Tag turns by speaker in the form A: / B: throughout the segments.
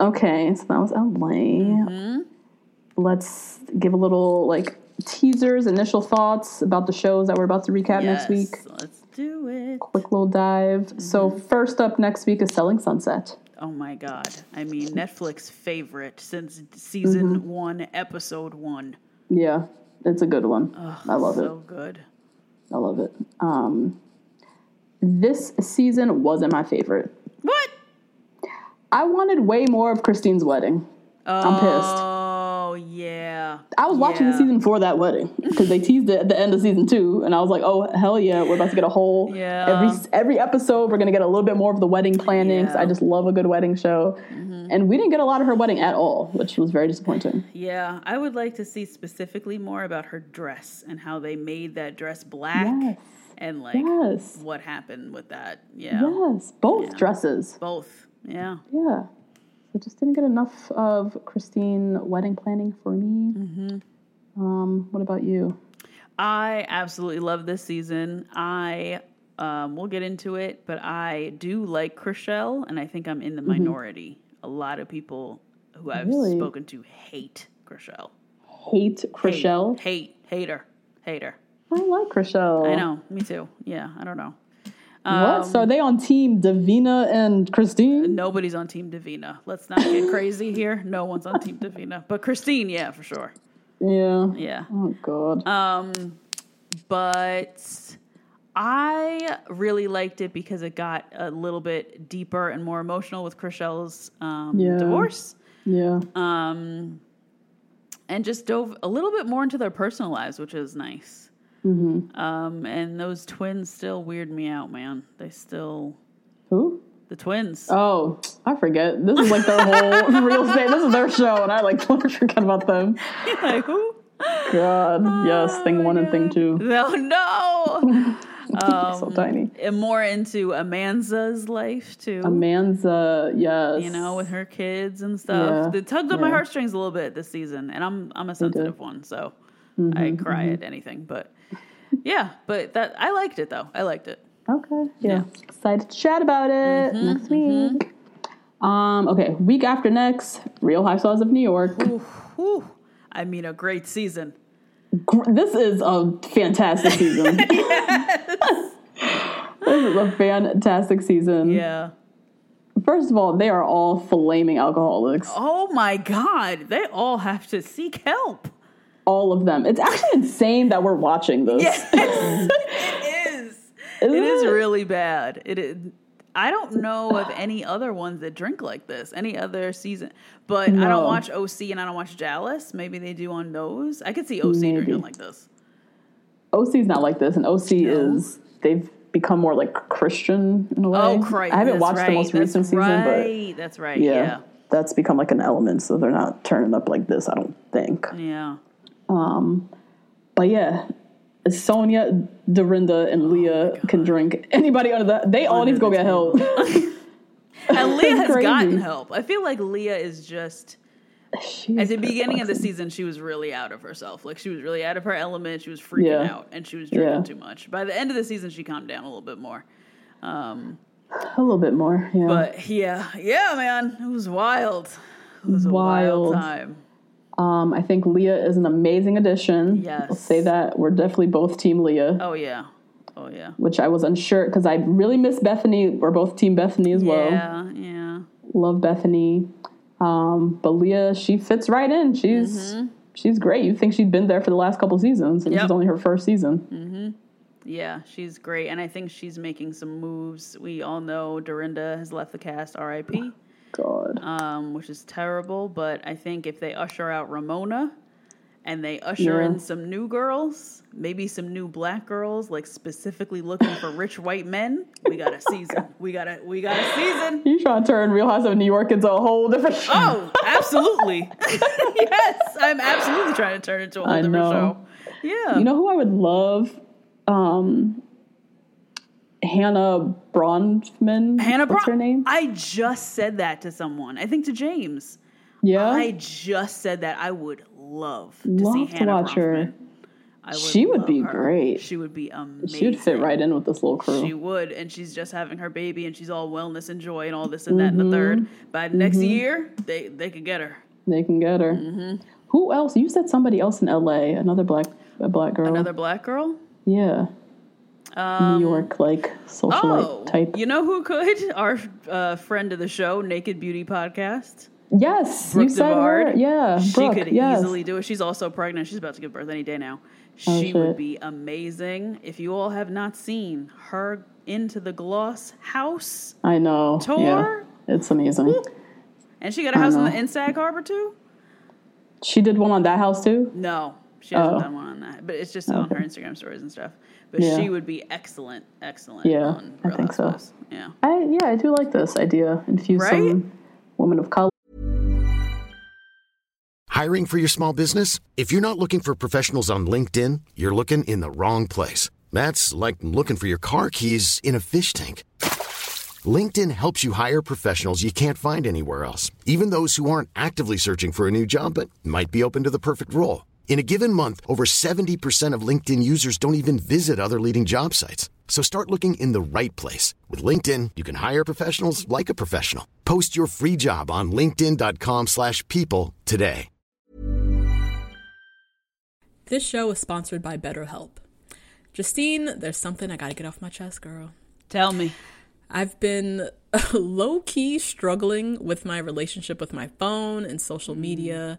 A: Okay, so that was LA. Let's give a little like teasers, initial thoughts about the shows that we're about to recap next week.
B: Let's do it.
A: Quick little dive. So first up next week is Selling Sunset.
B: Oh my god. I mean Netflix favorite since season
A: Mm-hmm.
B: 1 episode 1.
A: Yeah, it's a good one. I love
B: so good.
A: it. I love it. Um, this season wasn't my favorite.
B: What?
A: I wanted way more of Christine's wedding. I'm pissed.
B: Oh yeah.
A: I was watching the
B: yeah.
A: season for that wedding because they teased it at the end of season two, and I was like, "Oh hell yeah, we're about to get a whole
B: Yeah.
A: every every episode. We're gonna get a little bit more of the wedding planning." 'cause
B: Yeah. Mm-hmm.
A: I just love a good wedding show, and we didn't get a lot of her wedding at all, which was very disappointing.
B: Yeah, I would like to see specifically more about her dress and how they made that dress black
A: Yes.
B: and like
A: Yes,
B: what happened with that. Yeah.
A: yes, both dresses.
B: Both. Yeah.
A: Yeah, so just didn't get enough of Christine wedding planning for me.
B: Mm-hmm.
A: Um, what about you?
B: I absolutely love this season. I um, we'll get into it, but I do like Chriselle, and I think I'm in the minority. A lot of people who I've
A: Mm-hmm. Really?
B: spoken to hate Chriselle.
A: Hate
B: Hate-
A: Chriselle. Oh.
B: hate, hater, hater.
A: I like Chriselle.
B: I know, Um, me too. Yeah, I don't know.
A: What? So are they on team Davina and Christine?
B: Nobody's on Team Davina. Let's not get crazy here. No one's on Team Davina, but Christine, yeah, for sure.
A: Yeah.
B: Yeah. Uh,
A: Oh God.
B: Um, but I really liked it because it got a little bit deeper and more emotional with Chriselle's um,
A: Yeah.
B: divorce Um,
A: yeah.
B: uh. and just dove a little bit more into their personal lives, which is nice.
A: Mm-hmm.
B: Um, and those twins still weird me out, man. They still,
A: Who?
B: the twins.
A: Oh, I forget. This is like their whole real estate. This is their show, and I like totally forget about them.
B: like, who?
A: God.
B: Oh
A: yes. Thing one and thing two.
B: No, no.
A: so
B: Um,
A: tiny.
B: and more into Amanza's life, too.
A: Amanza. Yes.
B: you know, with her kids and stuff.
A: Yeah,
B: It tugged on my
A: yeah.
B: heartstrings a little bit this season, and I'm I'm a sensitive one, so
A: Mm-hmm,
B: I cry at anything. But yeah, but that I liked it though. I liked it.
A: Okay. Yeah. Excited to chat about it
B: Mm-hmm,
A: next week. Um. Okay. Week after next, Real Housewives of New York.
B: Whew. I mean, a great season.
A: Gr- this is a fantastic season. this is a fantastic season.
B: Yeah.
A: First of all, they are all flaming alcoholics.
B: Oh my God, they all have to seek help.
A: All of them. It's actually insane that we're watching this.
B: it is.
A: Isn't
B: it is
A: it?
B: really bad. It is. I don't know of any other ones that drink like this, any other season. But I don't
A: No.
B: watch OC and I don't watch Dallas. Maybe they do on those. I could see OC
A: Maybe.
B: drinking like this.
A: OC's not like this, and OC is they've become more like Christian in a way.
B: Oh, Christ.
A: I haven't
B: that's
A: watched
B: right.
A: the most
B: that's
A: recent season, but
B: right. That's right.
A: yeah,
B: Yeah.
A: that's become like an element. So they're not turning up like this, I don't think.
B: Yeah.
A: But yeah, Sonia, Dorinda,
B: Oh
A: and Leah can drink. Anybody under that, they all need to go get help.
B: And Leah has
A: crazy.
B: gotten help. I feel like Leah is just.
A: She
B: At
A: is
B: the beginning of the
A: perplexing.
B: season, she was really out of herself. Like she was really out of her element. She was freaking
A: Yeah.
B: out, and she was drinking
A: Yeah.
B: too much. By the end of the season, she calmed down a little bit more. Um,
A: A little bit more. Yeah.
B: But yeah, yeah, man, it was wild. It was a
A: Wild.
B: wild, time.
A: um, I think Leah is an amazing addition.
B: Yes.
A: I'll say that. We're definitely both Team Leah,
B: Oh yeah, oh yeah,
A: which I was unsure because I really miss Bethany. We're both Team Bethany as well.
B: yeah, yeah.
A: Love Bethany. Um, but Leah, she fits right in. She's she's great. You think she'd been there for the last couple seasons, and this
B: Mm-hmm. Yep. Mm.
A: is only her first season.
B: Yeah, she's great, and I think she's making some moves. We all know Dorinda has left the cast, R.I.P.,
A: God.
B: um, which is terrible. But I think if they usher out Ramona, and they usher
A: Yeah.
B: in some new girls, maybe some new black girls, like specifically looking for rich white men, we got a
A: Oh,
B: season. We got a we got a season.
A: You trying to turn Real House of New York into a whole different show.
B: Oh, absolutely. yes, I'm absolutely trying to turn it into a whole
A: I
B: different
A: know.
B: show. Yeah.
A: You know who I would love? Um, Hannah Bronfman.
B: Hannah
A: What's
B: Bron-
A: her name?
B: I just said that to someone. I think to James.
A: yeah,
B: I just said that I would love to see
A: Love to
B: Hannah
A: watch her.
B: Bronfman. I
A: She would
B: love
A: be great.
B: She would be amazing.
A: she would fit right in with this little crew.
B: She would, and she's just having her baby, and she's all wellness and joy, and all this and that and the third.
A: Mm-hmm.
B: By next year, they they could get her
A: they can get her.
B: Mm-hmm.
A: Who else? You said somebody else in L.A. Another black, a black girl.
B: another black girl.
A: yeah.
B: Um,
A: New York like socialite
B: oh,
A: type.
B: you know who could? Our uh, friend of the show, Naked Beauty Podcast.
A: yes, you
B: Brooke
A: said
B: Devard.
A: her. Yeah,
B: she
A: Uh, Brooke,
B: could
A: yes. Oh,
B: easily do it. She's also pregnant. She's about to give birth any day now. She would
A: shit.
B: be amazing. If you all have not seen her into the Gloss House,
A: I know.
B: Tour? Hmm.
A: Yeah, it's amazing.
B: and she got a house in
A: know.
B: the in Sag Harbor too.
A: She did one on that house too.
B: No, she hasn't
A: Oh.
B: done one on that, but it's just on her Instagram stories and stuff. But
A: Yeah.
B: she would be excellent, excellent.
A: Yeah,
B: on
A: I
B: Real
A: think so.
B: Housewives. Yeah.
A: I yeah, I do like this idea. Infuse
B: Right?
A: some women of color.
C: Hiring for your small business? If you're not looking for professionals on LinkedIn, you're looking in the wrong place. That's like looking for your car keys in a fish tank. LinkedIn helps you hire professionals you can't find anywhere else, even those who aren't actively searching for a new job but might be open to the perfect role. In a given month, over 70% of LinkedIn users don't even visit other leading job sites. So start looking in the right place. With LinkedIn, you can hire professionals like a professional. Post your free job on linkedin.com/people slash people today.
D: This show is sponsored by BetterHelp. Justine, there's something I gotta get off my chest, girl.
B: Tell me.
D: I've been low key struggling with my relationship with my phone and social media,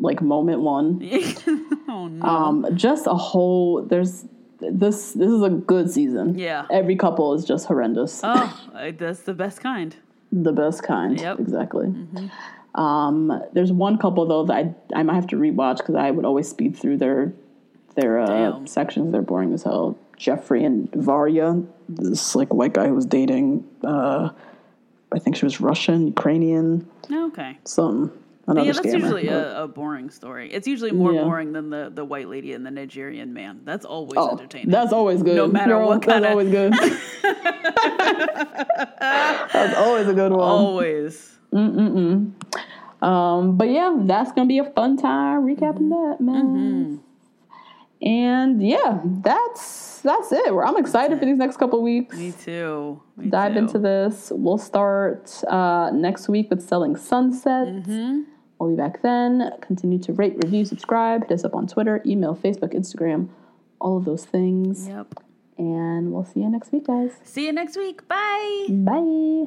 A: like moment one.
B: oh no.
A: Um, just a whole there's this this is a good season.
B: Yeah.
A: every couple is just horrendous,
B: Oh, I- that's the best kind.
A: the best kind.
B: Yep. Mm-hmm.
A: exactly. Um, there's one couple though that I I might have to rewatch because I would always speed through their their uh,
B: Damn.
A: sections. They're boring as hell. Jeffrey and Varya, this like white guy who was dating. Uh, I think she was Russian, Ukrainian.
B: Okay.
A: some another
B: Yeah, that's
A: scammer,
B: usually
A: but-
B: a, a boring story. It's usually more
A: Yeah.
B: boring than the, the white lady and the Nigerian man. That's always
A: oh,
B: uh, entertaining.
A: that's always good.
B: No matter
A: Girl,
B: what
A: that's
B: kinda-
A: always good. that's
B: Oh,
A: always a good one.
B: always.
A: Um, but yeah, that's gonna be a fun time recapping
B: Mm-hmm.
A: that, man. And yeah, that's that's it. We're- I'm excited for these next couple weeks.
B: Me too. Me
A: Dive
B: too.
A: into this. We'll start uh, next week with selling sunset.
B: Mm-hmm.
A: We'll be back then. Continue to rate, review, subscribe. Hit us up on Twitter, email, Facebook, Instagram, all of those things.
B: Yep.
A: And we'll see you next week, guys.
B: See you next week. Bye.
A: Bye.